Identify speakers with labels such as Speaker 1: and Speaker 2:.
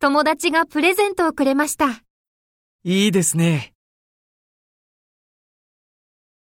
Speaker 1: 友達がプレゼントをくれました。
Speaker 2: いいですね。